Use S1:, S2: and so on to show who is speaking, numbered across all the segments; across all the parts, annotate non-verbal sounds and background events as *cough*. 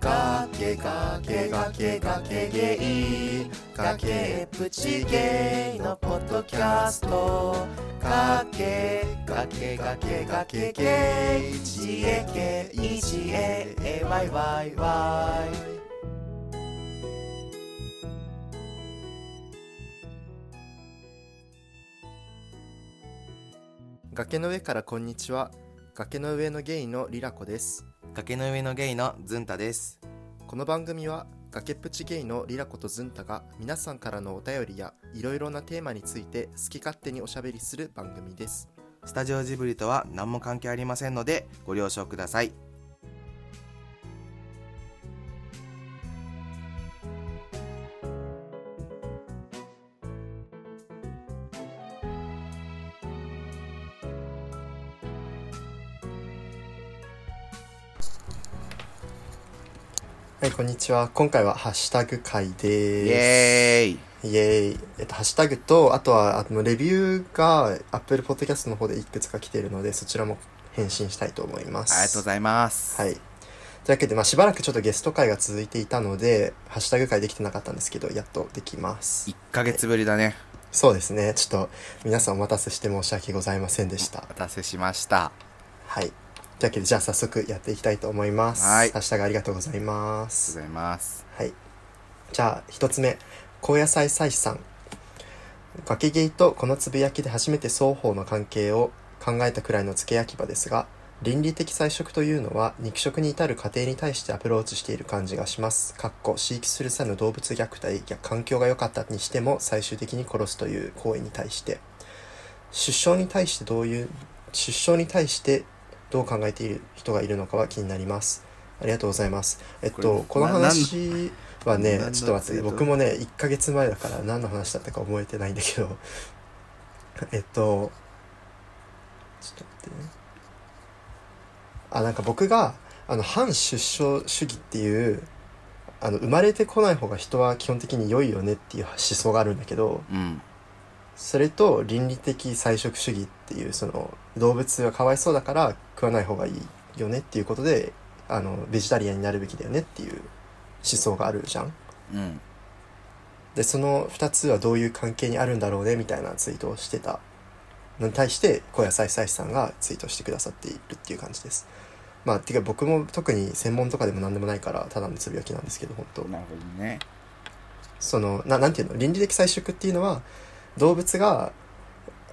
S1: ゲガゲガゲガゲゲイ崖っぷちゲイのポッドキャストかけがけがけがけゲイ GAKEGAAYYY 崖の上からこんにちは崖の上のゲイのリラコです
S2: 崖の上のゲイのズンタです。
S1: この番組は崖っぷちゲイのリラコとズンタが皆さんからのお便りやいろいろなテーマについて好き勝手におしゃべりする番組です
S2: スタジオジブリとは何も関係ありませんのでご了承ください。
S1: はいこんにちは今回はハッシュタグ会
S2: イ
S1: で
S2: エーイ。
S1: すイエーイえっと、ハッシュタグとあとはあのレビューが Apple Podcast の方でいくつか来ているのでそちらも返信したいと思います
S2: ありがとうございます。
S1: はい。というわけで、まあ、しばらくちょっとゲスト会が続いていたので、ハッシュタグ会できてなかったんですけど、やっとできます。
S2: 1ヶ月ぶりだね。
S1: そうですね。ちょっと、皆さんお待たせして申し訳ございませんでした
S2: お。待たせしました。
S1: はい。というわけで、じゃあ早速やっていきたいと思います。
S2: はい
S1: ハッシュタグありがとうございま
S2: ありがとう
S1: す。
S2: ございます。
S1: はい。じゃあ、一つ目。高野菜菜さん。崖ゲイとこのつぶやきで初めて双方の関係を考えたくらいの付け焼き場ですが、倫理的菜食というのは肉食に至る過程に対してアプローチしている感じがします。かっこ飼育する際の動物虐待や環境が良かったにしても最終的に殺すという行為に対して、出生に対してどういう、出生に対してどう考えている人がいるのかは気になります。ありがとうございます。えっ
S2: こ
S1: と、
S2: れ
S1: この話はね
S2: な、
S1: ちょっ
S2: 何
S1: と待って、
S2: のツイート
S1: 僕もね、1ヶ月前だから何の話だったか覚えてないんだけど、 *laughs* えっと、ちょっと待ってね。あ、なんか僕が、あの、反出生主義っていう、あの、生まれてこない方が人は基本的に良いよねっていう思想があるんだけど、
S2: うん。
S1: それと倫理的菜食主義っていう、その、動物がかわいそうだから食わない方がいいよねっていうことで、あの、ベジタリアンになるべきだよねっていう思想があるじゃん。
S2: うん。
S1: でその2つはどういう関係にあるんだろうねみたいなツイートをしてたのに対して小野菜菜さんがツイートしてくださっているっていう感じですまあてか僕も特に専門とかでも何でもないからただのつぶやきなんですけど本当
S2: なるほどね。
S1: そのななんていうの倫理的採食っていうのは動物が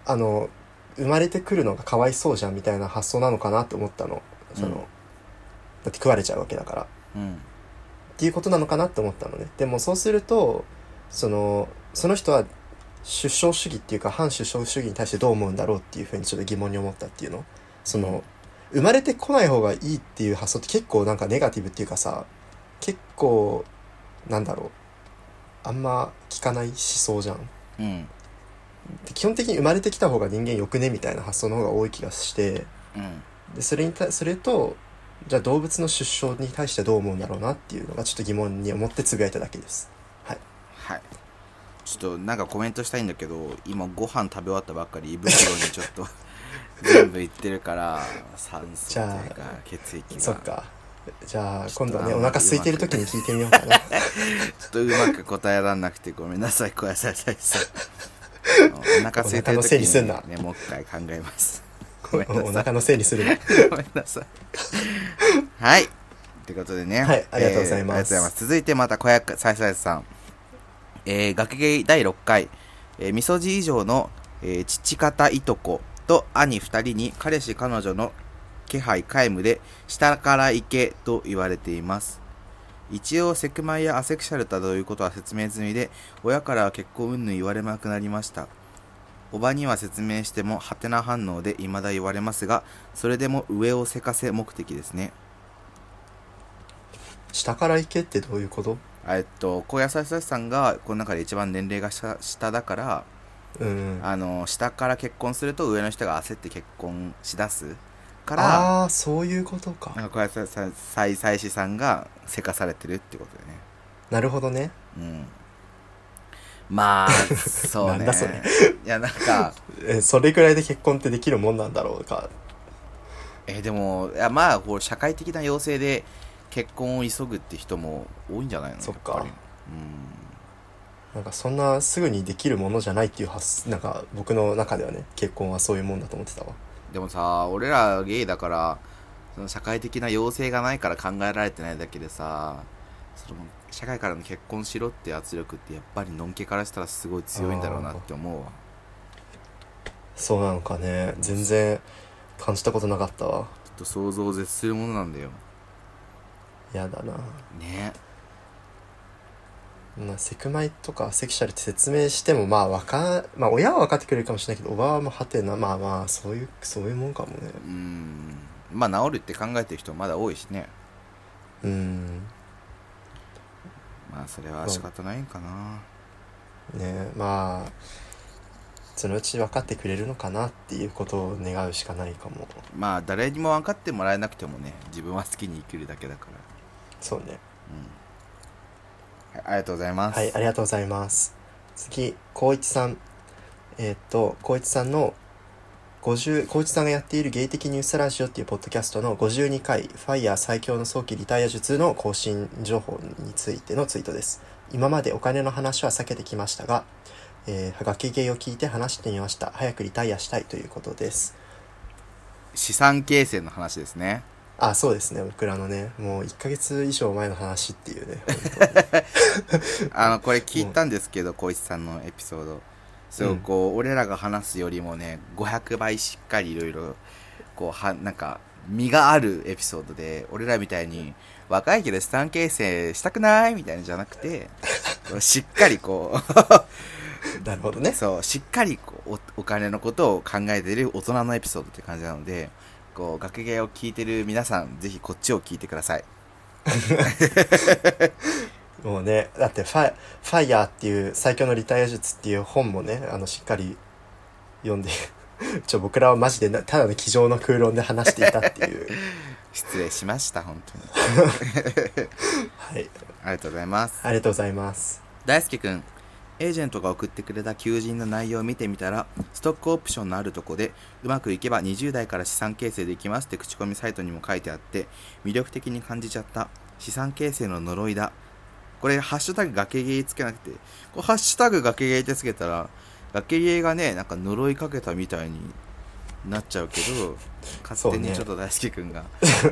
S1: あの生まれてくるのがかわいそうじゃんみたいな発想なのかなと思ったのその、
S2: うん
S1: だって食われちゃうわけだから
S2: うん。
S1: っていうことなのかなって思ったのねでもそうするとそのその人は出生主義っていうか反出生主義に対してどう思うんだろうっていうふうにちょっと疑問に思ったっていうのその生まれてこない方がいいっていう発想って結構なんかネガティブっていうかさ結構なんだろうあんま聞かない思想じゃん
S2: うん。
S1: で基本的に生まれてきた方が人間よくねみたいな発想の方が多い気がして
S2: うん。
S1: でそれにたそれとじゃあ動物の出生に対してどう思うんだろうなっていうのがちょっと疑問に思ってつぶやいただけです
S2: はい。ちょっとなんかコメントしたいんだけど、今ご飯食べ終わったばっかり胃袋にちょっ
S1: *laughs*
S2: と全部いってるから、酸素
S1: じ
S2: と
S1: ゃあ
S2: いうか血液が。
S1: そっかじゃあ
S2: ちょっ
S1: 今
S2: と
S1: 度はね
S2: あん
S1: お
S2: ま
S1: 腹空いてる時に聞いてみようかな
S2: ちょっとうまく答えらんなくてごめんなさい、小野菜さん。 *laughs* お腹空いて
S1: お腹
S2: る
S1: のせいに
S2: 時
S1: すん
S2: に
S1: な
S2: ね、もう一回考え *laughs* ます。ごめん
S1: *laughs* お
S2: なさ。
S1: 腹のせいにするない
S2: *laughs* ごめんなさい。はい。ってことでね。
S1: はいありがとうございま
S2: えーあ
S1: す
S2: りがとうございます。続いてまた小屋さいさいさん。えー、学芸第6回、えー、みそじ以上の、えー父方いとこと兄2人に彼氏彼女の気配皆無で下から行けと言われています一応セクマイやアセクシャルだということは説明済みで親からは結婚云々言われなくなりましたおばには説明してもハテナ反応で未だ言われますがそれでも上をせかせ目的ですね
S1: 下から行けってどういうこと
S2: えっと小野さささんがこの中で一番年齢が下下だから
S1: うん
S2: あの下から結婚すると上の人が焦って結婚しだすから
S1: ああーそういうことか
S2: なんか小林さんさい妻子さんがせかされてるってことだよね
S1: なるほどね
S2: うんま
S1: *laughs*
S2: あそうね
S1: なんだそれ
S2: いやなんか
S1: えそれぐらいで結婚ってできるもんなんだろうか
S2: えーでもいやまあこう社会的な要請で結婚を急ぐって人も多いんじゃないの
S1: そっか
S2: やぱり
S1: なんかそんなすぐにできるものじゃないっていう発なんか僕の中ではね結婚はそういうもんだと思ってたわ
S2: うんでもさ俺らゲイだからその社会的な要請がないから考えられてないだけでさその社会からの結婚しろって圧力ってやっぱりのんけからしたらすごい強いんだろうなって思うわ
S1: そうなのかね全然感じたことなかったわ
S2: ちょっと想像を絶するものなんだよ
S1: やだな
S2: ね
S1: まあセクマイとかセクシャルって説明してもまあわかまあ親は分かってくれるかもしれないけどおばはもうはてなまあまあそういうそういうもんかもね
S2: うんまあ治るって考えてる人もまだ多いしね
S1: うん
S2: まあそれは仕方ないんかな
S1: ねまあそのうち分かってくれるのかなっていうことを願うしかないかも
S2: まあ誰にも分かってもらえなくてもね自分は好きに生きるだけだから
S1: そうね
S2: うんはいありがとうございます
S1: はい、ありがとうございます。次、光一さん。えーっと、光一さんの50、光一さんがやっているゲイ的ニュースラジオっていうポッドキャストの52回、ファイヤー最強の早期リタイア術の更新情報についてのツイートです。今までお金の話は避けてきましたが、えー、ガキゲイを聞いて話してみました。早くリタイアしたいということです。
S2: 資産形成の話ですね
S1: あ、そうですね。僕らのね、もう1ヶ月以上前の話っていうね。 *laughs*
S2: あのこれ聞いたんですけど光一さんのエピソードすごくこう、俺らが話すよりもね500倍しっかりいろいろこうはなんか身があるエピソードで俺らみたいに若いけど資産形成したくないみたいなのじゃなくてこうしっかりこう
S1: なるほどね。
S2: *laughs* そうしっかりこうおお金のことを考えている大人のエピソードって感じなのでこう学芸を聞いてる皆さんぜひこっちを聞いてください
S1: もうねだってファイ「ファイヤーっていう最強のリタイア術っていう本もねあのしっかり読んで *laughs* ちょ僕らはマジでなただの机上の空論で話していたっ
S2: *laughs*
S1: ていう
S2: 失礼しました本当に
S1: はい
S2: ありがとうございます
S1: ありがとうございます
S2: 大輔くんエージェントが送ってくれた求人の内容を見てみたらストックオプションのあるとこでうまくいけば20代から資産形成できますって口コミサイトにも書いてあって魅力的に感じちゃった資産形成の呪いだこれハッシュタグ崖ゲーつけなくてこうハッシュタグ崖ゲーってつけたら崖ゲーがねなんか呪いかけたみたいになっちゃうけど勝手にちょっと大輔くんが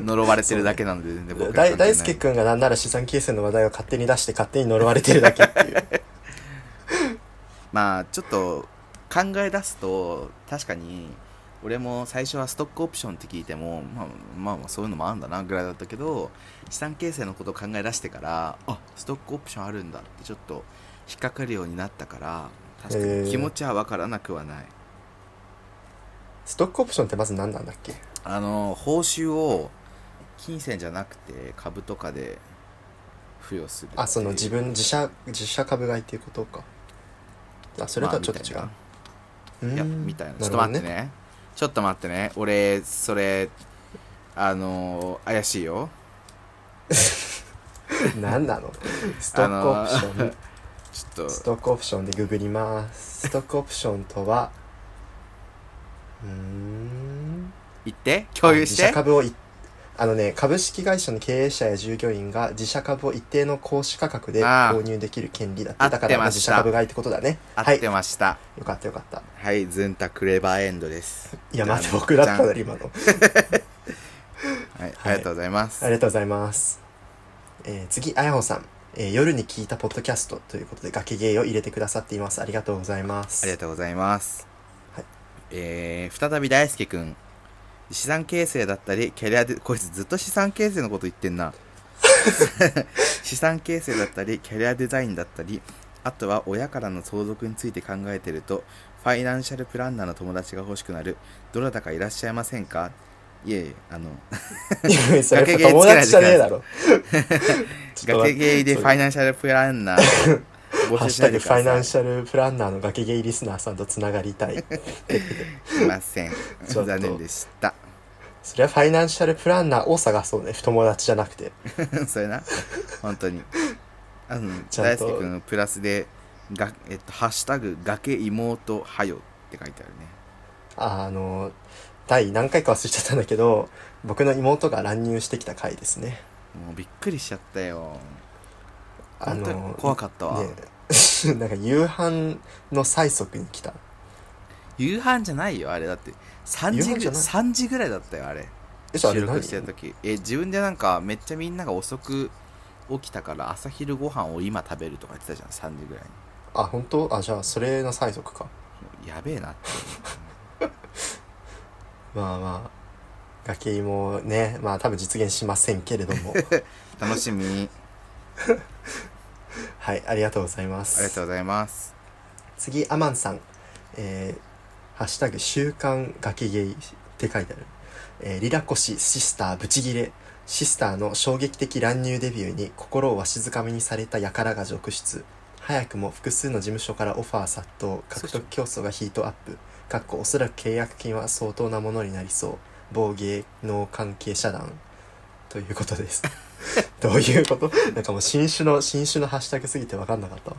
S2: 呪われてるだけなんで全然僕ら
S1: 大
S2: 関係ない
S1: 大輔君がなんなら資産形成の話題を勝手に出して勝手に呪われてるだけっていう *laughs*
S2: まあちょっと考え出すと確かに俺も最初はストックオプションって聞いても、まあ、まあまあそういうのもあるんだなぐらいだったけど資産形成のことを考え出してからあストックオプションあるんだってちょっと引っかかるようになったから確か
S1: へ
S2: に
S1: ー
S2: 気持ちは分からなくはない
S1: ストックオプションってまず何なんだっけ
S2: あの報酬を金銭じゃなくて株とかで付与する
S1: あその自
S2: 分
S1: 分自社自社株買いっていうことかあそれとはちょっと違う、う
S2: いや、みたいな。ちょっと待って
S1: ね
S2: ね。ちょっと待ってね。俺、それ、あのー怪しいよ。
S1: 何
S2: *laughs*
S1: なのストックオプション、
S2: ちょっ
S1: ス
S2: と、
S1: トックオプションでググります。ストックオプションとは、うーん。
S2: 言って共有
S1: 自
S2: して
S1: 社株をい、あのね、株式会社の経営者や従業員が自社株を一定の行使価格で
S2: ああ
S1: 購入できる権利だって。
S2: 合って
S1: だからま
S2: ま
S1: あ自
S2: し
S1: 社
S2: た
S1: 株買いってことだね。
S2: 合
S1: は
S2: っ
S1: い。
S2: てました。
S1: よかったよかった。
S2: はい、ズンタクレバーエンドです。
S1: いや、待
S2: じ
S1: って、
S2: ゃん
S1: 僕だった
S2: じゃ
S1: なん今の。
S2: はい、ありがとうございます。
S1: ありがとうございます。えー次、あやほさん。えー夜に聞いたポッドキャストということで、崖芸を入れてくださっています。ありがとうございます。
S2: ありがとうございます。
S1: はい
S2: えー再び大輔くん。資産形成だったり、キャリアで、こいつずっと資産形成のこと言ってん
S1: *laughs*
S2: な。資産形成だったり、キャリアデザインだったり、あとは親からの相続について考えてると、ファイナンシャルプランナーの友達が欲しくなる、どなたかいらっしゃいませんかいえいえ、あの、
S1: いやそれ
S2: 崖芸
S1: 友
S2: つけないで
S1: 達じゃねえ
S2: *laughs*
S1: だろ。ちょっと待
S2: 崖
S1: って
S2: 芸でファイナンシャルプランナー、
S1: *laughs* ハッシュタグファイナンシャルプランナーの崖ゲイリスナーさんとつながりたい。
S2: ャル。いません。
S1: ちょっと
S2: 残念でした。
S1: それはファイナンシャルプランナーを探そうね。友達じゃなくて。
S2: *laughs* それな本当にあの
S1: ちゃ
S2: 大
S1: んと
S2: 輔君プラスでが、えっと「ハッシュタグ崖妹はよ」って書いてあるね
S1: ああの、第何回か忘れちゃったんだけど、僕の妹が乱入してきた回ですね。
S2: もうびっくりしちゃったよ
S1: あ
S2: 本当に
S1: の
S2: 怖かったわ、
S1: ね *laughs* なんか夕飯の催促に来た
S2: 夕飯じゃないよあれだって3時
S1: 夕飯
S2: ぐ
S1: じゃない
S2: 3時ぐらいだったよあれ
S1: えそうあ
S2: 収
S1: れ何
S2: 録してる時え自分でなんかめっちゃみんなが遅く起きたから朝昼ご飯を今食べるとか言ってたじゃん3時ぐらい
S1: あ本当あじゃあそれの催促か
S2: にやべえなって
S1: まあまあガキもねまあ多分実現しませんけれども
S2: 楽しみに
S1: はいありがとうございます
S2: ありがとうございます
S1: 次アマンさんえーハッシュタグ週刊ガキゲイ」って書いてある、えーリラコシシスターブチギレシスターの衝撃的乱入デビューに心をわしづかみにされた輩が続出早くも複数の事務所からオファー殺到獲得競争がヒートアップかっこおそらく契約金は相当なものになりそう某芸能関係者団ということです
S2: *laughs*
S1: どういうことなんかもう新種の新種のハッシュタグすぎて分かんなかったわ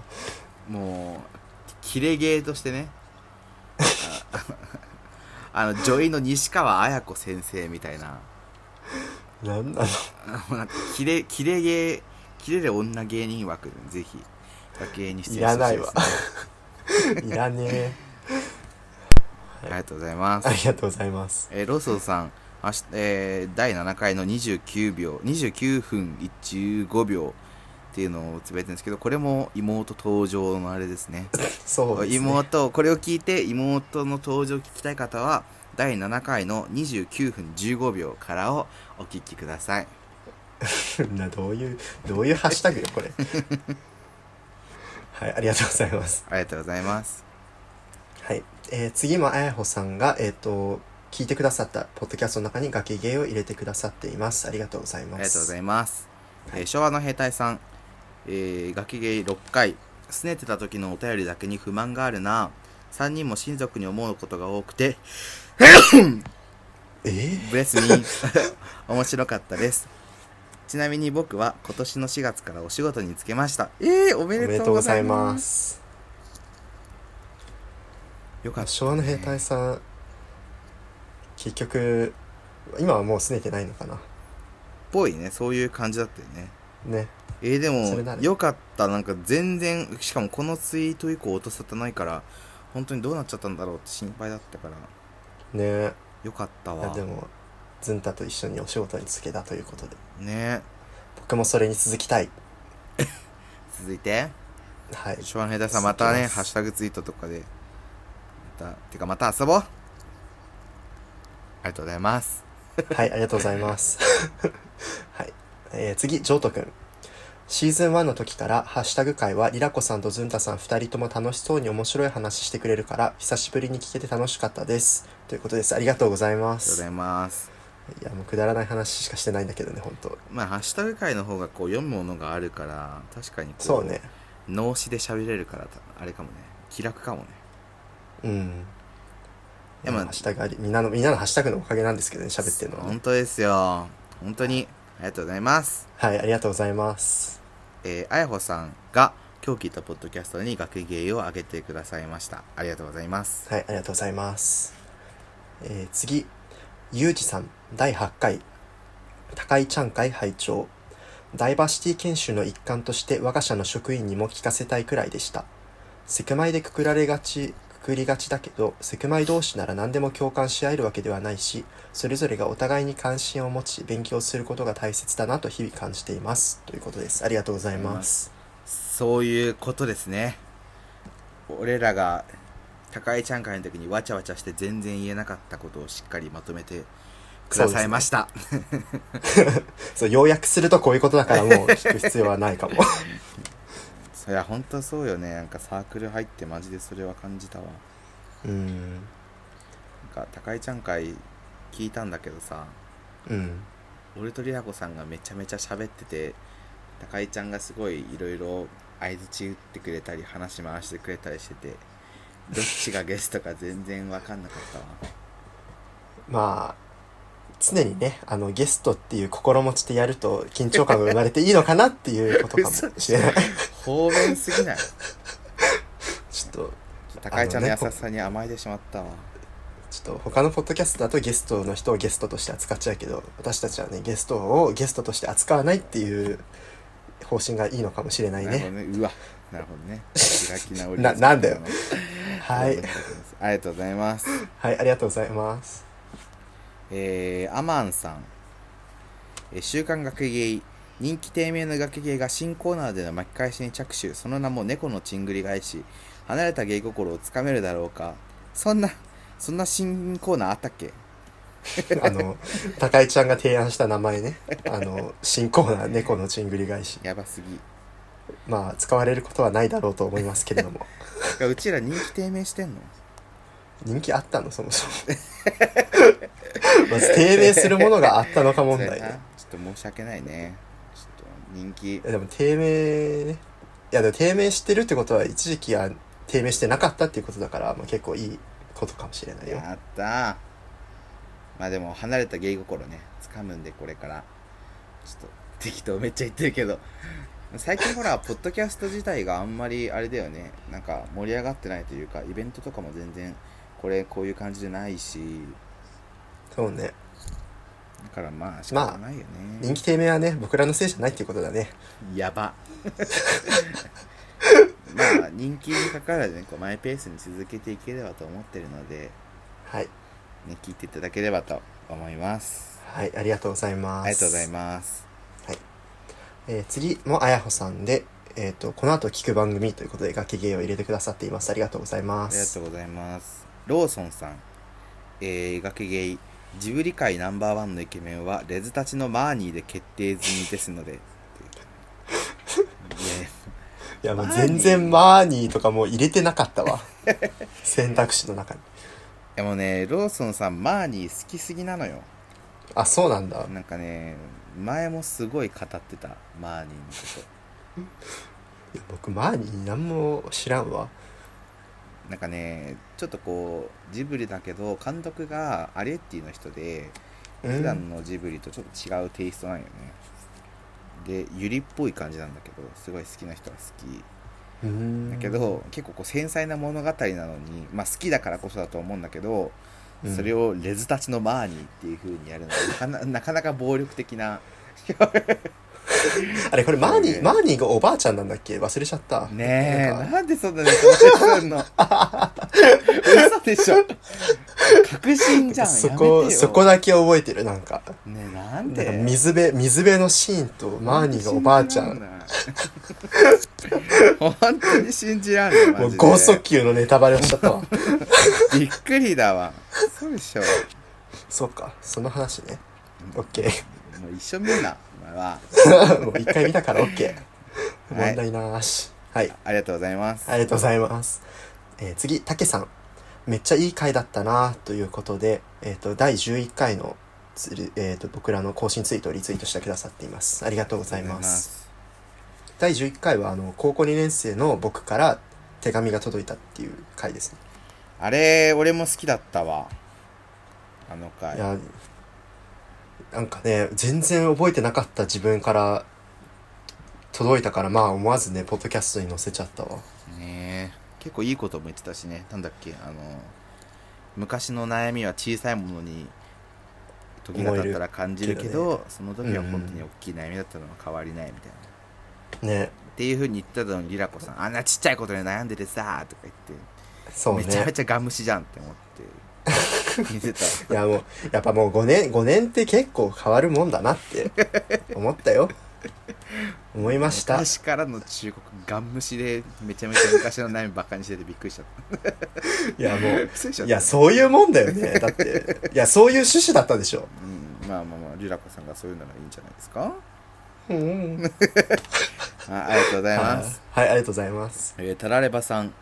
S2: もうキレゲーとしてね *laughs* ああの女医の西川綾子先生みたいな
S1: なん *laughs* なの
S2: あのなんかキレキレゲーキレる女芸人枠でぜひ芸に出演してほしいですね
S1: いらないわいらねえ。
S2: ありがとうございます
S1: ありがとうございます。
S2: えーローソンさん、明日えー第7回の29秒、29分15秒っていうのをつぶやいてるんですけど、これも妹登場のあれですね。
S1: そうですね。
S2: 妹、これを聞いて妹の登場を聞きたい方は、第7回の29分15秒からをお聞きください。
S1: *laughs* などういうどういうハッシュタグよこれ。 *laughs* はいありがとうございます。
S2: ありがとうございます。
S1: はい、えー次もあやほさんがえっ、と聞いてくださったポッドキャストの中にガキゲイを入れてくださっています。ありがとうございます。
S2: ありがとうございます。えー昭和の兵隊さん、えー、ガキゲイ6回、拗ねてた時のお便りだけに不満があるな。3人も親族に思うことが多くて、
S1: え
S2: ブレスミ
S1: *laughs*
S2: ー面白かったですちなみに僕は今年の4月からお仕事に就けましたえー、おめ
S1: ー、お
S2: で
S1: めで
S2: と
S1: とう
S2: う
S1: ご
S2: ご
S1: ざ
S2: ざ
S1: い
S2: い
S1: ま
S2: ます
S1: す。
S2: よかった、ね、
S1: 昭和の兵隊さん結局今はもう拗ねてないのかな。
S2: っぽいねそういう感じだったよね
S1: ね
S2: えー、で
S1: それな
S2: も
S1: ら
S2: よかったなんか全然しかもこのツイート以降落とさってないから本当にどうなっちゃったんだろうって心配だったから
S1: ね。
S2: よかった
S1: いや
S2: わ
S1: でもズンタと一緒にお仕事に就けたということで
S2: ね
S1: 僕もそれに続きたい
S2: 続いて
S1: はい
S2: 昭和の兵隊さんまた
S1: 続き
S2: ね
S1: ます
S2: ハッシュタグツイートとかでまたてかまた遊ぼうありがとうございます
S1: はいありがとうございます *laughs* はい、えー次ジョートくんシーズン1の時からハッシュタグ会はリラコさんとズンタさん2人とも楽しそうに面白い話してくれるから久しぶりに聞けて楽しかったですということですありがとうござい
S2: あ
S1: ま
S2: りがとうご
S1: す
S2: ざいます
S1: いやもうくだらない話しかしてないんだけどね本当
S2: まあ、ハッシュタグ界の方がこう読むものがあるから、確かにこう、
S1: そうね
S2: 脳死で喋れるから、たあれかもね、気楽かもね。
S1: うん
S2: いやまあ
S1: ハッシュタグありみんなのみんなのハッシュタグのおかげなんですけどね喋ってるのはね
S2: 本当ですよ。本当に、ありがとうございます。
S1: はいありがとうございます
S2: えー、あやほさんが、今日聞いたポッドキャストに学芸を上げてくださいました。ありがとうございます。
S1: はい、ありがとうございます。えー次、ゆうじさん、第8回、高井ちゃん会拝聴ダイバーシティ研修の一環として我が社の職員にも聞かせたいくらいでした。セクマイでくくられがち、くくりがちだけど、セクマイ同士なら何でも共感し合えるわけではないし、それぞれがお互いに関心を持ち、勉強することが大切だなと日々感じています。ということです。ありがとうございます。
S2: そういうことですね。俺らが、高井ちゃん会の時にわちゃわちゃして全然言えなかったことをしっかりまとめてくださいました。
S1: そう、要約するとこういうことだからもう聞く必要はないかも。 *laughs*
S2: そりゃ本当そうよねなんかサークル入ってマジでそれは感じたわ
S1: うん。
S2: なんか高井ちゃん会聞いたんだけどさ
S1: うん。
S2: 俺とりはこさんがめちゃめちゃ喋ってて高井ちゃんがすごいいろいろ相づち打ってくれたり話回してくれたりしててどっちがゲストか全然分かんなかったわ
S1: まあ常にねあのゲストっていう心持ちでやると緊張感が生まれていいのかなっていう
S2: *laughs*
S1: ことかもしれない
S2: 方便すぎない
S1: ちょっと
S2: 高井ちゃんの
S1: あ
S2: 優
S1: のね
S2: しさに甘えてしまったわ
S1: ちょっと他のポッドキャストだとゲストの人をゲストとして扱っちゃうけど私たちはねゲストをゲストとして扱わないっていう方針がいいのかもしれない
S2: なるほど
S1: ね。
S2: ね。うわ、なるほどね。開き直り
S1: ななんだよ。はい
S2: ありがとうございます。ありがとうございます。
S1: はいありがとうござ
S2: *laughs*
S1: います。
S2: えー、アマンさん、えー週刊学芸人気低迷の学芸が新コーナーでの巻き返しに着手その名も猫のちんぐり返し離れた芸心をつかめるだろうかそんなそんな新コーナーあったっけ
S1: あの高井ちゃんが提案した名前ねあの新コーナー「猫のちんぐり返し
S2: やばすぎ」
S1: まあ使われることはないだろうと思いますけれども
S2: いやうちら人気低迷してんの
S1: 人気あったのそもそもまず低迷するものがあったのか問
S2: そ
S1: 題
S2: れな
S1: ね
S2: ちょっと申し訳ないねちょっと人気
S1: いやでも低迷ねいやでも低迷してるってことは一時期は低迷してなかったっていうことだから、まあ、結構いいことかもしれないよ
S2: やったーまあでも離れた芸心ね掴むんでこれからちょっと適当めっちゃ言ってるけど最近ほらポッドキャスト自体があんまりあれだよねなんか盛り上がってないというかイベントとかも全然これこういう感じじゃないし
S1: そうね
S2: だからまあ仕方ないよね、
S1: 人気低迷はね僕らのせいじゃないっていうことだね
S2: や *laughs* ばまあ人気にかかわらずねこうマイペースに続けていければと思ってるので、
S1: はい
S2: ね、聞いていただければと思います
S1: はいありがとうございます
S2: ありがとうございます
S1: えー次もあやほさんで、えっとこの後聞く番組ということで楽器芸を入れてくださっていますありがとうございま
S2: ありがと
S1: す
S2: うございます。ローソンさん、えー、学芸ジブリ界ナンバーワンのイケメンはレズたちのマーニーで決定済みですので。っていういや
S1: いやもう全然マーニーとかもう入れてなかったわ
S2: *laughs*
S1: 選択肢の中に
S2: いやもうね、ローソンさん、マーニー好きすぎなのよ。
S1: あそうなんだ
S2: なんかね、前もすごい語ってた、マーニーのこ
S1: いや僕マーニー何も知らんわ
S2: と。なんかね、ちょっとこう、ジブリだけど、監督がアレッティの人で、
S1: うん
S2: 普段のジブリとちょっと違うテイストなんよねでユリっぽい感じなんだけどすごい好きな人は好き
S1: うーん
S2: だけど結構こう繊細な物語なのに、まあ、好きだからこそだと思うんだけど
S1: うん
S2: それをレズたちのマーニーっていう風にやるのはなか
S1: *laughs*
S2: ななかなか暴力的な
S1: あれこれマーニ
S2: ね
S1: ーマーニーがおばあちゃんなんだっけ忘れちゃった
S2: ねえ
S1: なんか
S2: なんで
S1: *laughs*
S2: そんなにそうすんの嘘でしょ
S1: *laughs*
S2: 確信じゃん
S1: そ
S2: やめ
S1: こ
S2: てよ
S1: そこだけ覚えてるなんか
S2: ねえなん
S1: なん
S2: で
S1: か水辺水辺のシーンとマーニーがおばあちゃ
S2: *laughs*
S1: ん
S2: 本当に信じらんないマ
S1: も
S2: ジ
S1: う
S2: で
S1: 剛速球のネタバレをしちゃったわ *laughs*
S2: びっくりだわそうでしょ
S1: そうかその話ね OK
S2: もう一緒見んなお前は
S1: *laughs* もう一回見たから OK
S2: はい
S1: 問題なしはい
S2: ありがとうございます
S1: ありがとうございます、えー次たけさんめっちゃいい回だったなということで、えー、と第11回のつる、えー、と僕らの更新ツイートをリツイートしてくださっていますありがとうございます第11回はあの高校2年生の僕から手紙が届いたっていう回ですね、
S2: あれ俺も好きだったわあの
S1: い、
S2: 回
S1: やなんかね全然覚えてなかった自分から届いたからまあ思わずねポッドキャストに載せちゃったわ
S2: ねえ結構いいことも言ってたしねなんだっけあの昔の悩みは小さいものに時が経ったら感じるけ
S1: 思
S2: どその時は本当に大きい悩みだったのは変わりないみたいな、
S1: ね
S2: っていうふうに言ってたのにリラコさんあんなちっちゃいことで悩んでてさーとか言って、
S1: そうね
S2: めちゃめちゃガムシじゃんって思
S1: *laughs*
S2: って見てた
S1: いやもうやっぱもう5年5年って結構変わるもんだなって思ったよ思いました
S2: 昔からの中国ガン虫でめちゃめちゃ昔の悩みばっかにしててびっくりしちゃっ
S1: いやも
S2: た
S1: う
S2: 嘘でしょ
S1: いやそういうもんだよねだっていやそういう趣旨だったでしょ
S2: うん、まあまあまあリラコさんがそういうならいいんじゃないですか
S1: うんはい
S2: あありがとうござい
S1: あ
S2: ます、
S1: りがとうございます
S2: えー、タラレバさん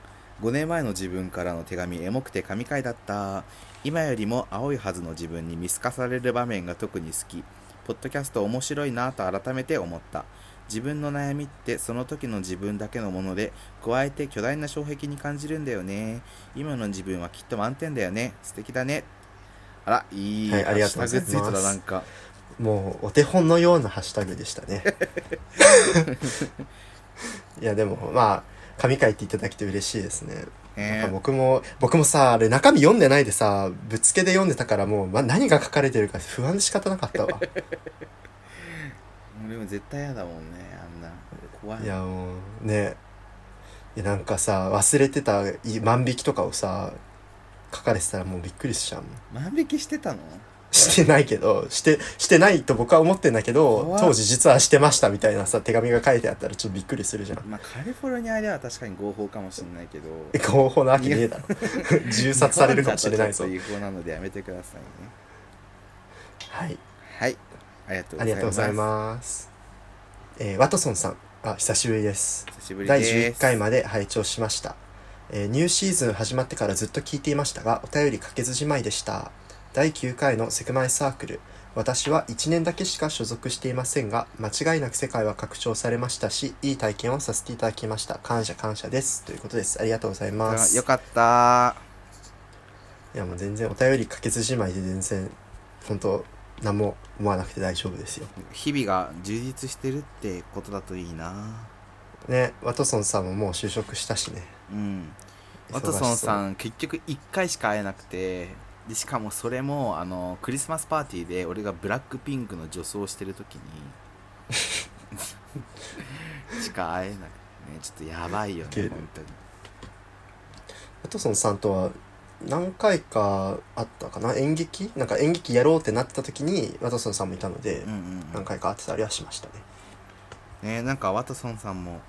S2: 5年前の自分からの手紙エモくて神回だった今よりも青いはずの自分に見透かされる場面が特に好きポッドキャスト面白いなと改めて思った自分の悩みってその時の自分だけのもので加えて巨大な障壁に感じるんだよね今の自分はきっと満点だよね素敵だねあらいい、
S1: はいありがとうございま
S2: ハッ
S1: す
S2: シュタグツイートだなんか
S1: もうお手本のようなハッシュタグでしたねいやでもまあ神回っていただけて嬉しいですね
S2: ね
S1: なん
S2: ね
S1: か僕も、僕もさ、あれ中身読んでないでさ、ぶっつけで読んでたからもう、ま、何が書かれてるか不安で仕方なかったわ。
S2: 俺も絶対嫌だもんねあんな怖い
S1: いやもう、ねいやなんかさ、忘れてたい万引きとかをさ、書かれてたらもうびっくりしちゃうもん。
S2: 万引きしてたの
S1: してないけど、して、してないと僕は思ってんだけど
S2: 怖、っ
S1: 当時実はしてましたみたいなさ、手紙が書いてあったらちょっとびっくりするじゃん。
S2: まあカリフォルニアでは確かに合法かもしれない
S1: *laughs*
S2: けど
S1: 合法なわけねえだろ。銃殺されるかもしれない *laughs* ぞ
S2: 日。本だとちょっと違法なのでやめてくださいね
S1: はい。
S2: はいありがとう
S1: あ
S2: ございます
S1: りがとうございます。えーワトソンさん。あ、久しぶりです。
S2: 久しぶり
S1: 第
S2: です
S1: 11回まで拝聴しました、えーニューシーズン始まってからずっと聞いていましたがお便りかけずじまいでした第9回のセクマイサークル私は1年だけしか所属していませんが間違いなく世界は拡張されましたしいい体験をさせていただきました感謝感謝ですということですありがとうございま
S2: あ
S1: す
S2: よかった
S1: いやもう全然お便りかけずじまいで全然本当何も思わなくて大丈夫ですよ
S2: 日々が充実してるってことだといいな
S1: ねワトソンさんももう就職したしね
S2: うんワトソン
S1: ん
S2: さん結局1回しか会えなくてでしかもそれもあのクリスマスパーティーで俺がブラックピンクの女装してる時
S1: *laughs*
S2: にしか会えなくてねちょっとやばいよ
S1: け
S2: ね
S1: る
S2: 本当に
S1: ワトソンさんとは何回かあったかな演劇なんか演劇やろうってなった時にワトソンさんもいたので
S2: うんうんう
S1: 何
S2: ん
S1: 回か会ってたりはしましたね
S2: ねなんかワトソンさんも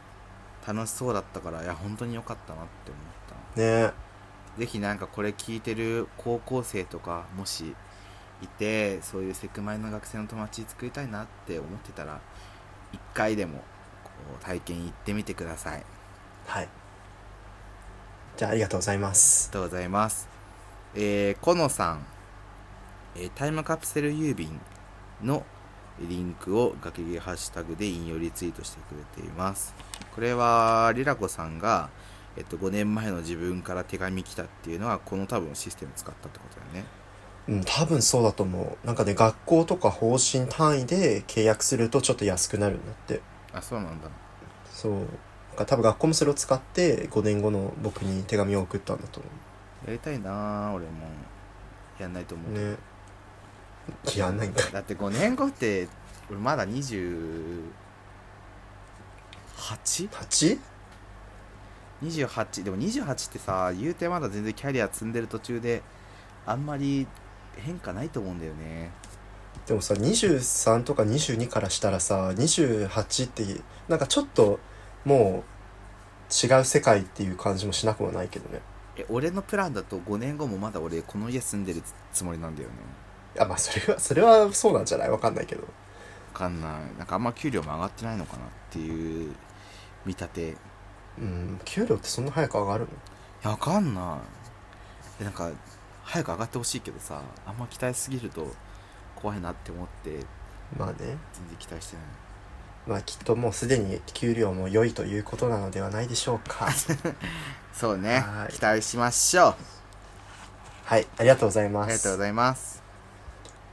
S2: 楽しそうだったからいや本当に良かったなって思った
S1: ね
S2: ぜひなんかこれ聞いてる高校生とかもしいてそういうセクマイの学生の友達作りたいなって思ってたら一回でもこう体験行ってみてくださいあり
S1: はいじゃあありがとうございます
S2: がとうございますえー、このさん、えータイムカプセル郵便のリンクを崖毛ハッシュタグで引用リツイートしてくれていますこれはリラコさんが、えっと、5年前の自分から手紙来たっていうのはこの多分システム使ったってことだよね
S1: うん多分そうだと思うなんかね学校とか方針単位で契約するとちょっと安くなるんだって
S2: あそうなんだ
S1: そうなんか多分学校もそれを使って5年後の僕に手紙を送ったんだと思
S2: やりたいなぁ俺もやんないと思
S1: う
S2: う、
S1: ねやんないんかい
S2: だって5年後って俺まだ 28?28
S1: 8?
S2: でも28ってさ言うてまだ全然キャリア積んでる途中であんまり変化ないと思うんだよね
S1: でもさ23とか22からしたらさ28ってなんかちょっともう違う世界っていう感じもしなくはないけどね
S2: え俺のプランだと5年後もまだ俺この家住んでるつもりなんだよね
S1: あまあそれは *laughs* それはそうなんじゃないわかんないけど
S2: わかんないなんかあんま給料も上がってないのかなっていう見立て
S1: うん給料ってそんな早く上がるの
S2: いやわかんないえなんか早く上がってほしいけどさあんま期待しすぎると怖いなって思って全
S1: まあね
S2: 然期待してない
S1: まあきっともうすでに給料も良いということなのではないでしょうか
S2: そうね
S1: はい
S2: 期待しましょう
S1: はいありがとうござい
S2: あ
S1: ま
S2: りがとうご
S1: す
S2: ざいます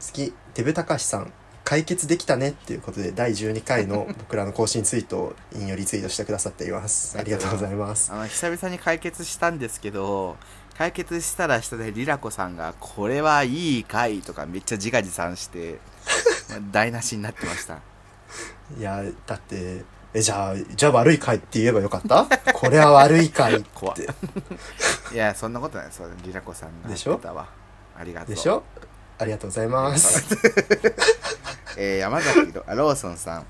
S1: 次デブたかしさん解決できたねっていうことで第12回の僕らの更新ツイートを引用リツイートしてくださっていますありがとうございます
S2: あの久々に解決したんですけど解決したら下でリラコさんが「これはいい回」とかめっちゃ自画自賛して
S1: *laughs*
S2: まあ台無しになってました
S1: いやだってえじゃあじゃあ悪い回って言えばよかった *laughs* これは悪い回
S2: 怖っ *laughs* いやそんなことないそうリラコさんが
S1: でしょ
S2: だわありがとう
S1: でしょありがとうございます
S2: えー山崎ロローソンさん、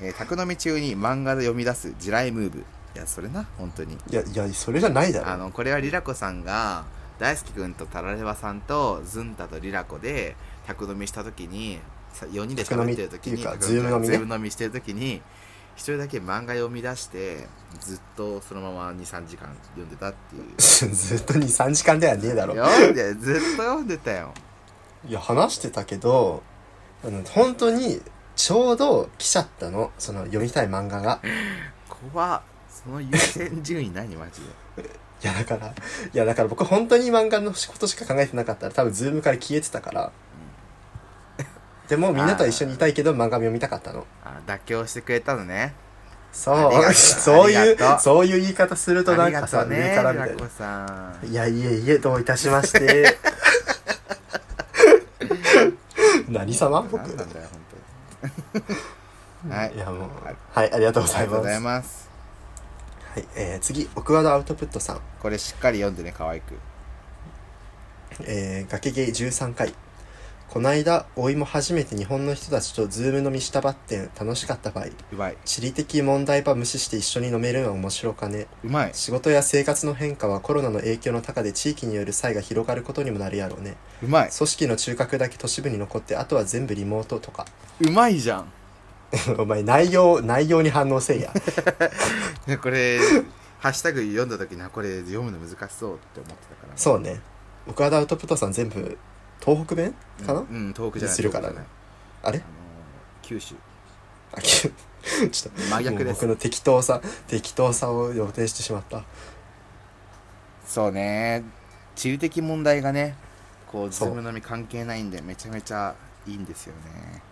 S2: えー宅飲み中に漫画で読み出す地雷ムーブいやそれな本当に
S1: いやいやそれじゃないだろ
S2: あのこれはリラコさんが大輔君とタラレバさんとズンタとリラコで宅飲みした時にさ4人で喋ってる時に
S1: 宅
S2: 宅
S1: 飲みっていうかズーム飲みね
S2: ズーム飲みしてる時に一人だけ漫画読み出してずっとそのまま23時間読んでたっていう
S1: ずっと23時間ではねえだろ
S2: 読んでずっと読んでたよ
S1: いや話してたけどあの本当にちょうど来ちゃったのその読みたい漫画が
S2: 怖っその優先順位何マジで
S1: いやだからいやだから僕本当に漫画のことしか考えてなかったら多分ズームから消えてたから、でもみんなとは一緒にいたいけど漫画読みたかったの
S2: あ妥協してくれたのね
S1: そう
S2: ありがとう
S1: そうい
S2: あり
S1: う
S2: がとう
S1: そういう言い方すると
S2: あ
S1: な
S2: り
S1: んか
S2: がと
S1: さ
S2: う
S1: 上
S2: ね
S1: からみ
S2: 平
S1: たいな
S2: 子さん
S1: いやいえいえどういたしまして
S2: *laughs*
S1: 何様僕
S2: 何なんだよ本当にはい
S1: いやも *laughs* う
S2: あり
S1: はいありがとうご
S2: あ
S1: ざ
S2: り
S1: い
S2: がとう
S1: ま
S2: ご
S1: す
S2: ざいます
S1: はいえー次オクワードアウトプットさん、
S2: これしっかり読んでね可愛く
S1: えー、崖芸13回こないだおいも初めて日本の人たちとズーム飲みしたばってん楽しかったばいう
S2: まい
S1: 地理的問題ば無視して一緒に飲めるのは面白かね
S2: うまい
S1: 仕事や生活の変化はコロナの影響の高で地域による差異が広がることにもなるやろうね
S2: うまい
S1: 組織の中核だけ都市部に残ってあとは全部リモートとか *laughs*
S2: うまいじゃん
S1: お前内容内容に反応
S2: *laughs*
S1: せいや
S2: で *laughs* これハッシュタグ読んだ時にあこれ読むの難しそうって思ってたから
S1: そうね奥和田アウトプットさん全部東北弁かな、
S2: うん、うん遠くじゃない
S1: するか
S2: 遠
S1: ら
S2: くじゃない
S1: あ
S2: あ
S1: れ
S2: のー九州
S1: あき *laughs* ちょっと
S2: 真逆で
S1: もう僕
S2: す
S1: の適当さ適当さを予定してしまった
S2: そうね地理的問題がねこうズ
S1: そう
S2: ームのみ関係ないんでめちゃめちゃいいんですよね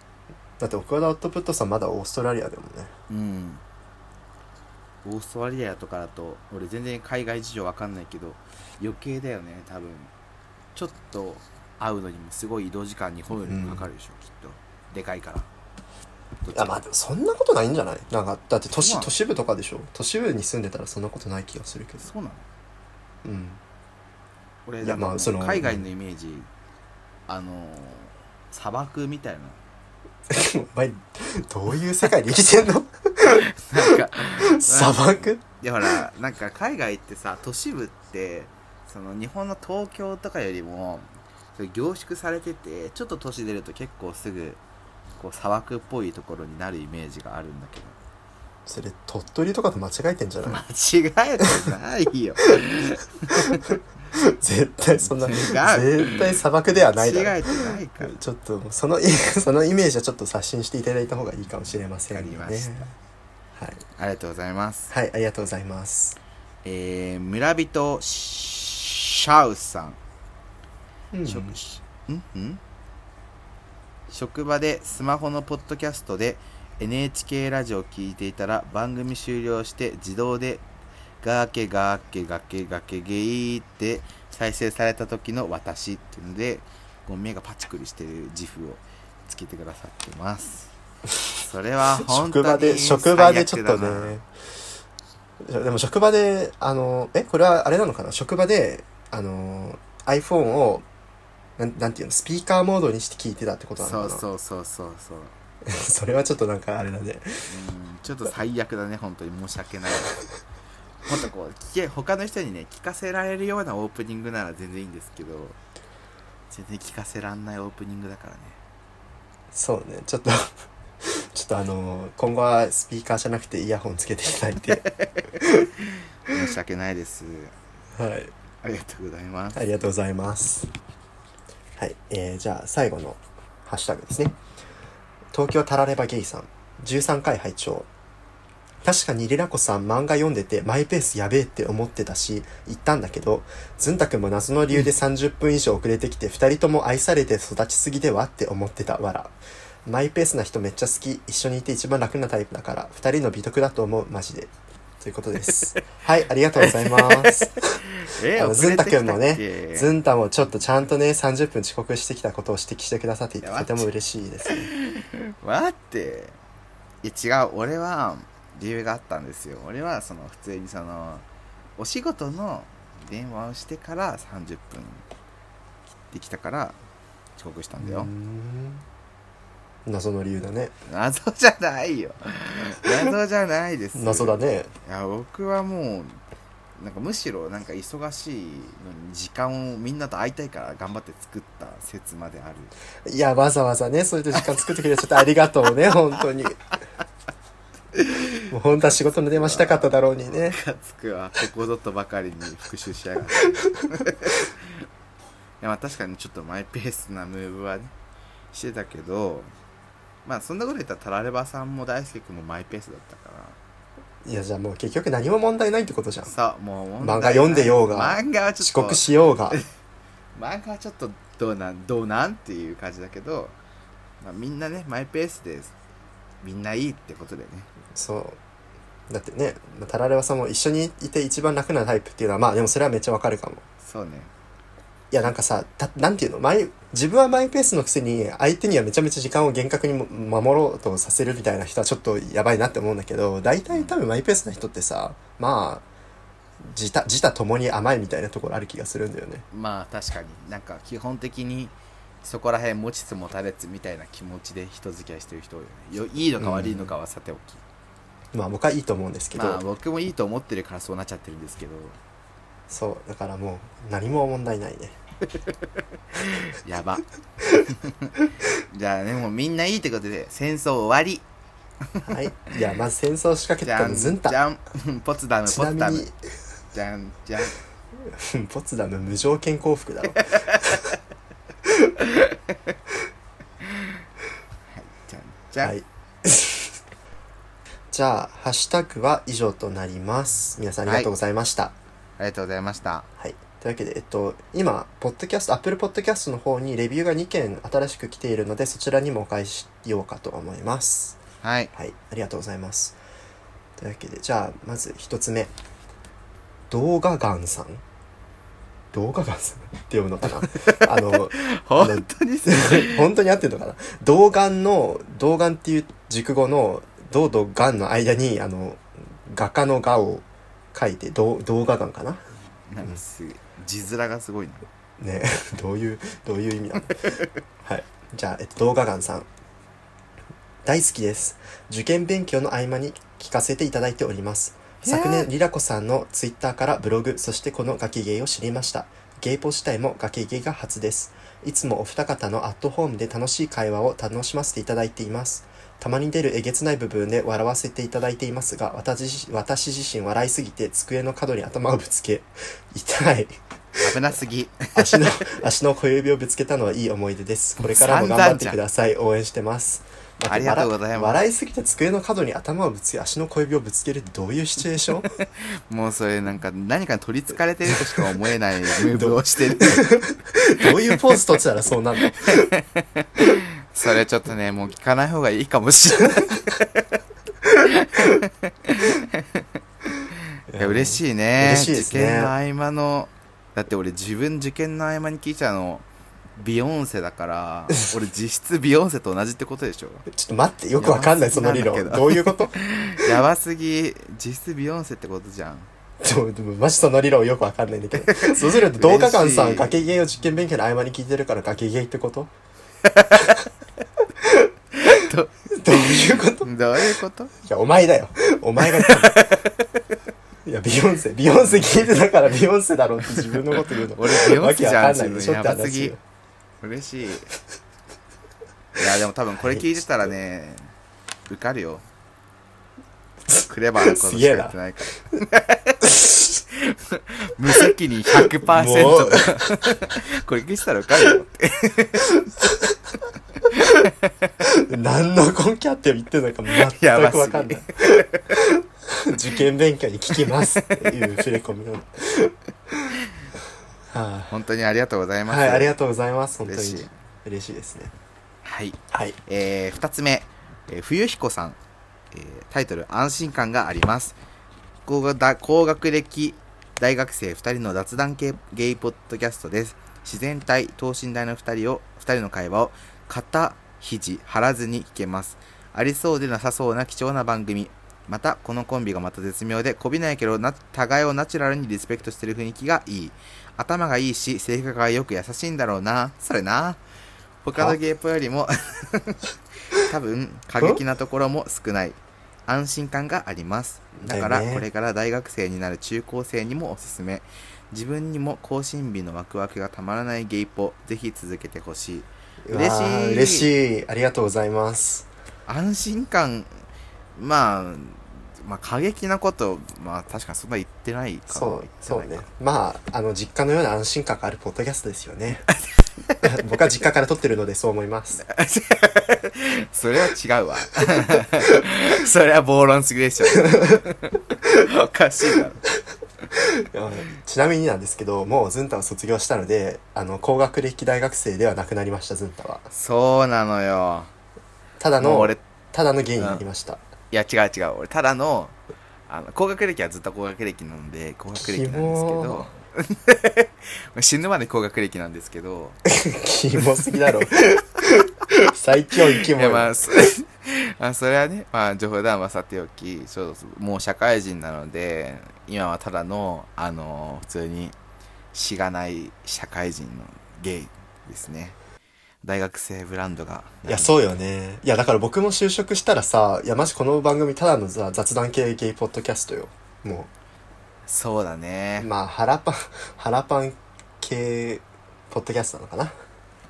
S1: だって奥和田アウトプットさんまだオーストラリアでもね
S2: うんオーストラリアとかだと俺全然海外事情わかんないけど余計だよね多分ちょっと会うのにもすごい移動時間日本よりもかかるでしょ、きっとでかいからどっち
S1: あまあでもそんなことないんじゃないなんかだって都
S2: ま
S1: 市
S2: あ
S1: 都市部とかでしょ都市部に住んでたらそんなことない気がするけど
S2: そうなの
S1: うん
S2: 俺
S1: いや
S2: なんか
S1: まあその
S2: 海外のイメージあのー砂漠みたい
S1: *laughs*
S2: な
S1: お前どういう世界で生きてんの
S2: なんか
S1: 砂漠
S2: でほらなんか海外ってさ都市部ってその日本の東京とかよりもそれ凝縮されててちょっと都市出ると結構すぐこう砂漠っぽいところになるイメージがあるんだけど
S1: それ鳥取とかと間違えてんじゃない
S2: 間違えてないよ
S1: 絶対そんな
S2: 違う
S1: 絶対砂 *laughs* 漠ではないだ
S2: 間
S1: ろ
S2: 違えてないから
S1: ちょっとその *laughs* そのイメージはちょっと刷新していただいた方がいいかもしれません
S2: わかりました
S1: はい、
S2: ありがとうございます
S1: はい、ありがとうございます、
S2: えー、村人シャウさん
S1: うん
S2: 職んん職場でスマホのポッドキャストで NHK ラジオを聞いていたら番組終了して自動でガーケガーケガケガケゲイって再生された時の私っていうのでこう目がパチクリしてる自負をつけてくださって
S1: *laughs*
S2: ますそれは本当
S1: 職
S2: に
S1: 場で職場でちょっと
S2: 最悪だな
S1: ねでも職場であのえこれはあれなのかな職場であの iPhone をなんなんていうのスピーカーモードにして聞いてたってことなのか
S2: そ
S1: な
S2: うそうそうそうそうう
S1: *laughs* それはちょっとなんかあれだね
S2: んちょっと最悪だね本当に申し訳ないもっとこう聞け他の人にね聞かせられるようなオープニングなら全然いいんですけど全然聞かせらんないオープニングだからね
S1: そうねちょっと *laughs* ちょっとあの今後はスピーカーじゃなくてイヤホンつけていただいて
S2: 申し訳ないです
S1: はい
S2: ありがとうございます
S1: *laughs* ありがとうございますはいえー、じゃあ最後のハッシュタグですね東京タラレバゲイさん13回拝聴確かにレラコさん漫画読んでてマイペースやべえって思ってたし言ったんだけどずんたくんも謎の理由で30分以上遅れてきて2人とも愛されて育ちすぎではって思ってたわらマイペースな人めっちゃ好き一緒にいて一番楽なタイプだから2人の美徳だと思うマジでということです
S2: *laughs*
S1: はいありがとうございます
S2: え
S1: あのずんたくんも
S2: 遅れて
S1: ね、
S2: きたっけ
S1: ずんたもちょっとちゃんとね、30分遅刻してきたことを指摘してくださっていて、
S2: いや
S1: とても嬉しいですね。
S2: 待っていや違う俺は理由があったんですよ俺はその普通にそのお仕事の電話をしてから30分切ってきたから遅刻したんだよ、
S1: うーん謎の理由だね。
S2: 謎じゃないよ謎じゃないです
S1: 謎だね。
S2: いや僕はもうなんかむしろなんか忙しいのに時間をみんなと会いたいから頑張って作った説まである
S1: いや、わざわざね、そういう時間作ってくれてちょっとありがと
S2: *laughs*
S1: うね、本当に。もう本当は仕事の電話したかっただろうにね。
S2: ムカつくわここぞとばかりに復習しやがって
S1: *laughs*
S2: いやまあ確かにちょっとマイペースなムーブはねしてたけどまあそんなこと言ったらタラレバさんも大輔君もマイペースだったから
S1: いや、じゃあもう結局何も問題ないってことじゃん。
S2: さあもう問題
S1: 漫画読んでようが
S2: 漫画はちょっと
S1: 遅刻しようが。
S2: 漫画はちょっとどうなんどうなんっていう感じだけど、まあ、みんなねマイペースでみんないいってことでね
S1: そう。だってねタラレバさんも一緒にいて一番楽なタイプっていうのはまあでもそれはめっちゃわかるかも
S2: そうね
S1: いやなんかさたなんていうのマイ自分はマイペースのくせに相手にはめちゃめちゃ時間を厳格にも守ろうとさせるみたいな人はちょっとやばいなって思うんだけど大体多分マイペースな人ってさまあ自他自他ともに甘いみたいなところある気がするんだよね
S2: まあ確かになんか基本的にそこら辺持ちつ持たれつみたいな気持ちで人付き合いしてる人多いよねよいいのか悪いのかはさておき、
S1: まあ僕はいいと思うんですけど、
S2: まあ僕もいいと思ってるからそうなっちゃってるん
S1: *laughs*
S2: ですけど
S1: そうだからもう何も問題ないね *laughs*
S2: やば *laughs* じゃあねもうみんないいってことで戦争終わり
S1: はいじゃあまず戦争を仕掛け
S2: じ
S1: てた
S2: ゃ
S1: の
S2: ん
S1: ズン
S2: じ
S1: タ
S2: ゃん *laughs* ポツダムポ
S1: ちな
S2: ツ
S1: み
S2: ダム
S1: に
S2: じゃんじゃん
S1: ポツダム無条件降伏だろ
S2: じゃんじゃん、
S1: はい *laughs* じゃあハッシュタグは以上となります皆さんありがとうございました、
S2: ありがとうございました
S1: はい。というわけで、えっと、今、ポッドキャスト、Apple Podcast の方にレビューが2件新しく来ているので、そちらにもお返ししようかと思います。
S2: はい
S1: はい。ありがとうございます。というわけで、じゃあ、まず1つ目。動画ガンさん。動画ガンさんって読むの *laughs* かなあの、
S2: 本当にす
S1: *laughs* 本当に合ってるのかな動画の、動画っていう熟語の、動とガンの間に、あの、画家の画を書いて、動画ガンかな
S2: なんかす字面がすごいな
S1: ね *laughs* どういうどういう意味なのはいじゃあ、えっと、動画ガンさん大好きです受験勉強の合間に聞かせていただいております
S2: えー
S1: 昨年りらこさんのツイッターからブログそしてこのガキゲイを知りましたゲイポ自体もガキゲイが初ですいつもお二方のアットホームで楽しい会話を楽しませていただいていますたまに出るえげつない部分で笑わせていただいていますが私私自身笑いすぎて机の角に頭をぶつけ痛い
S2: 危なすぎ
S1: 足の *laughs* 足の小指をぶつけたのはいい思い出ですこれからも頑張ってください応援してます待って
S2: ありがとうございます
S1: 笑笑いすぎて机の角に頭をぶつけ足の小指をぶつけるってどういうシチュエーション
S2: *laughs*
S1: *laughs*
S2: もうそれなんか何かに取りつかれてるとしか思えないムーブをして *laughs* る
S1: どういうポーズ取ってたらそうなんの
S2: それちょっとねもう聞かない方がいいかもしれないいや嬉しいね
S1: 嬉しいですね
S2: 受験の合間のだって俺自分受験の合間に聞いちゃうのビヨンセだから *laughs* 俺実質ビヨンセと同じってことでしょ
S1: ちょっと待ってよくわかんないその理
S2: いや
S1: 論
S2: まあ
S1: どういうこと
S2: やばすぎ実質ビヨンセってことじゃ *laughs* ん
S1: ちょでもマジその理論よくわかんないんだけどそうすると同化間さ
S2: 嬉し
S1: ん
S2: い
S1: ガケゲイを実験勉強の合間に聞いてるからガケゲイってこと
S2: *laughs* ど
S1: *laughs* どういうこと
S2: どういうこと
S1: いや、お前だよ。 *laughs* お前が言ったんだいや、ビヨンセ、ビヨンセ聞いてたからビヨンセだろうって自分のこと言うの。
S2: 俺ビヨンセじゃん
S1: わけわかんないでし
S2: 自
S1: ょ
S2: 分
S1: って
S2: やばすぎ
S1: 話よ
S2: 嬉しいいやでも多分これ聞いてたらね受かるよクレバーなことしかやってないから *laughs* 無責任
S1: もう
S2: 100% *laughs* これ聞いてたら受かるよ
S1: 何の根拠あって言ってるのか
S2: やば
S1: 全
S2: す
S1: く
S2: ぎ *laughs*
S1: わかんない。受験勉強に聞きますっていう触れ込み
S2: *laughs*
S1: の。はあ、
S2: 本当にありがとうございます
S1: はい、ありがとうございます。本当に
S2: 嬉しい
S1: 嬉しいですね。
S2: はい
S1: はい。
S2: えー、2つ目、えー冬彦さん、えータイトル「安心感があります」高学だ高学歴大学生2人の雑談系ゲイポッドキャストです自然体等身大の2人を2人の会話を肩肘張らずに聞けますありそうでなさそうな貴重な番組またこのコンビがまた絶妙でこびないけどな互いをナチュラルにリスペクトしてる雰囲気がいい頭がいいし性格がよく優しいんだろうなそれな他のゲイポよりも多分過激なところも少ない安心感がありますだか
S1: だ
S2: ら
S1: よね
S2: これから大学生になる中高生にもおすすめ自分にも更新日のワクワクがたまらないゲイポぜひ続けてほしいう
S1: わ
S2: 嬉
S1: あ
S2: しい
S1: 嬉しい。ありがとうございます。
S2: 安心感まあまあ過激なことまあ確かにそんな言ってないか
S1: そう
S2: 言っ、て
S1: そ
S2: な
S1: う
S2: い
S1: ね
S2: か。
S1: まあ、あの、実家のような安心感があるポッドキャストですよ
S2: *laughs*
S1: ね。僕は実家から撮ってるのでそう思います。
S2: *laughs* それは違うわ *laughs* それは暴論すぎでしょ *laughs* おかしいだろ
S1: ちなみになんですけど、もうズンタを卒業したので、あの、高学歴大学生ではなくなりました、ズンタは。
S2: そうなのよ
S1: ただ
S2: もう
S1: の
S2: 俺い、
S1: ただのゲイになりました。
S2: や違う違う俺ただのあの高学歴はずっと高学歴なので高学歴なんですけ
S1: キ
S2: ど *laughs*
S1: モ
S2: 死ぬまで高学歴なんですけど
S1: キモす
S2: *laughs*
S1: ぎだろ最強イケ
S2: い
S1: モ
S2: や
S1: ン、
S2: まあそ *laughs* まあそれはね、まあ、冗談はさておきそうそうもう社会人なので今はただの、あの普通にしがない社会人のゲイですね大学生ブランドが
S1: いやそうよねいやだから僕も就職したらさいやマジこの番組ただのざ雑談系ゲイポッドキャストよも
S2: そうだ
S1: う
S2: ね
S1: まあ腹パン *laughs* 腹パン系ポッドキャストなのかな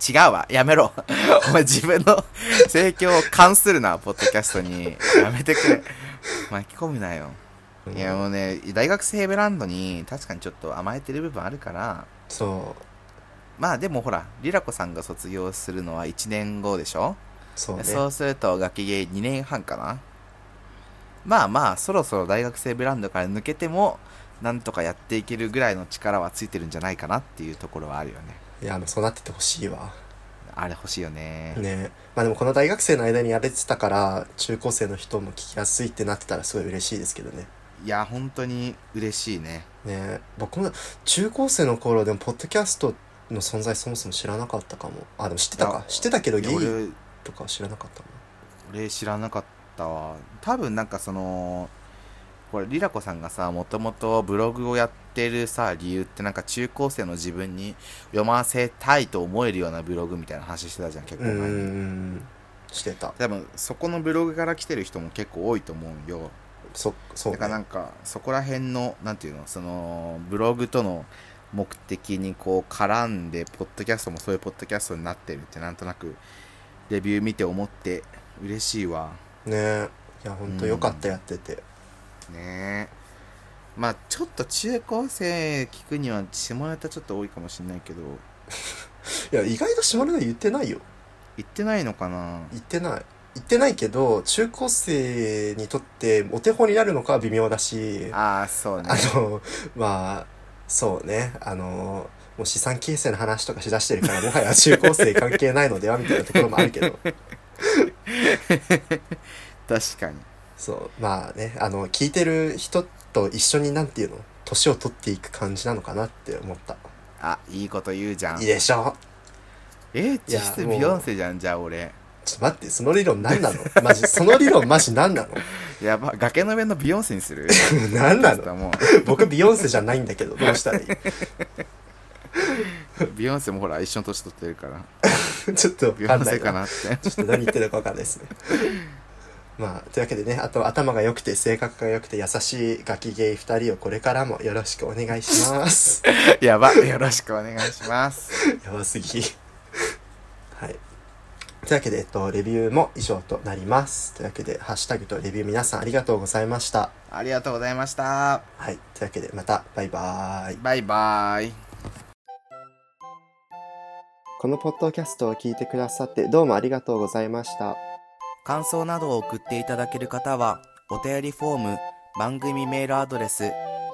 S2: 違うわやめろ *laughs* お前自分
S1: *laughs*
S2: の性教を関するなポッドキャストにやめてくれ巻き込むなよいやもうね大学生ブランドに確かにちょっと甘えてる部分あるから
S1: そう
S2: まあでもほらリラコさんが卒業するのは1年後でしょ
S1: そうね
S2: そうするとガキゲイ2年半かなまあまあそろそろ大学生ブランドから抜けてもなんとかやっていけるぐらいの力はついてるんじゃないかなっていうところはあるよね
S1: いやもうそうなっててほしいわ
S2: あれ欲しいよね
S1: ねまあでもこの大学生の間にやれてたから中高生の人も聞きやすいってなってたらすごい嬉しいですけどね
S2: いや本当に嬉しいね
S1: ね僕も中高生の頃でもポッドキャストの存在そもそも知らなかったかもあでも知ってた
S2: いや
S1: か知ってたけど
S2: い
S1: ゲ
S2: や
S1: イ
S2: 俺
S1: とかは知らなかったな
S2: 俺知らなかったわ多分なんかそのこれリラコさんがさもともとブログをやってるさ理由ってなんか中高生の自分に読ませたいと思えるようなブログみたいな話してたじゃん結構
S1: う
S2: 前
S1: ん
S2: に
S1: うんうんしてた
S2: 多分そこのブログから来てる人も結構多いと思うよ
S1: そそう
S2: だからな
S1: ね
S2: んかそこら辺のなんていうのそのブログとの目的にこう絡んでポッドキャストもそういうポッドキャストになってるってなんとなくレビュー見て思って嬉しいわ
S1: ねいやほんとよかったやってて
S2: ねえまあちょっと中高生聞くには下ネタちょっと多いかもしれないけど
S1: いや意外と島根で言ってないよ
S2: 言ってないのかな
S1: 言ってない言ってないけど中高生にとってお手本になるのかは微妙だし
S2: ああそうね
S1: あの、まあ、そうね、あの、もう資産形成の話とかしだしてるから、もはや中高生関係ないのではみたいなところもある
S2: *laughs*
S1: けど、
S2: 確かに
S1: そう、まあね、あの、聞いてる人と一緒になんていうの、年を取っていく感じなのかなって思った。
S2: あいいこと言うじゃん
S1: いいでしょ
S2: え
S1: いや
S2: 実質
S1: もう
S2: ビヨンセじゃんじゃあ俺
S1: ちょっと待って、その理論何なのマジ、その理論マジ何なの *laughs*
S2: やば崖の上のビヨンセにする
S1: 何 *laughs* な
S2: ちょっ
S1: の
S2: とも
S1: 僕、ビヨンセじゃないんだけど、どうしたらいい *laughs*
S2: う *laughs* ビヨンセもほら一緒に年取ってるから
S1: ちょっとわ
S2: ビ
S1: か
S2: ヨ
S1: ん
S2: ン
S1: な
S2: セ
S1: い
S2: か
S1: な。
S2: なって *laughs*
S1: ちょっと何言ってるか分かんないですね。 *laughs* まあ、というわけでね、あと頭が良くて性格が良くて優しいガキゲイ2人をこれからもよろしくお願いします。
S2: やばよろしくお願いします
S1: やばすぎ。はい。というわけで、えっと、レビューも以上となります。というわけで、ハッシュタグとレビュー皆さんありがとうございました。
S2: ありがとうございました
S1: はい。というわけで、また、バイバーイ。
S2: バイバイ
S1: このポッドキャストを聞いてくださってどうもありがとうございました。
S3: 感想などを送っていただける方は、お便りフォーム、番組メールアドレス、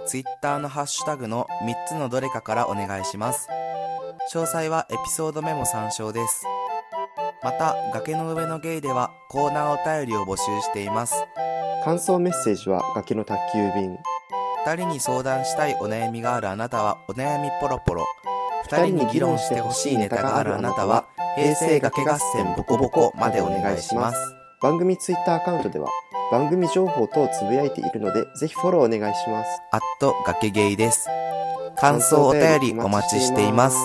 S3: ツイッターのハッシュタグの3つのどれかからお願いします。詳細はエピソードメモ参照です。また、崖の上のゲイではコーナーお便りを募集しています。
S1: 感想メッセージはガキの宅急便。
S3: 二人に相談したいお悩みがあるあなたはお悩みポロポロ二人に議論してほしいネタがあるあなたは平成崖合戦ボコボコまでお願いします
S1: 番組ツイッターアカウントでは番組情報等をつぶやいているのでぜひフォローお願いします
S3: あっと崖ゲイです感想お便りお待ちしています
S1: す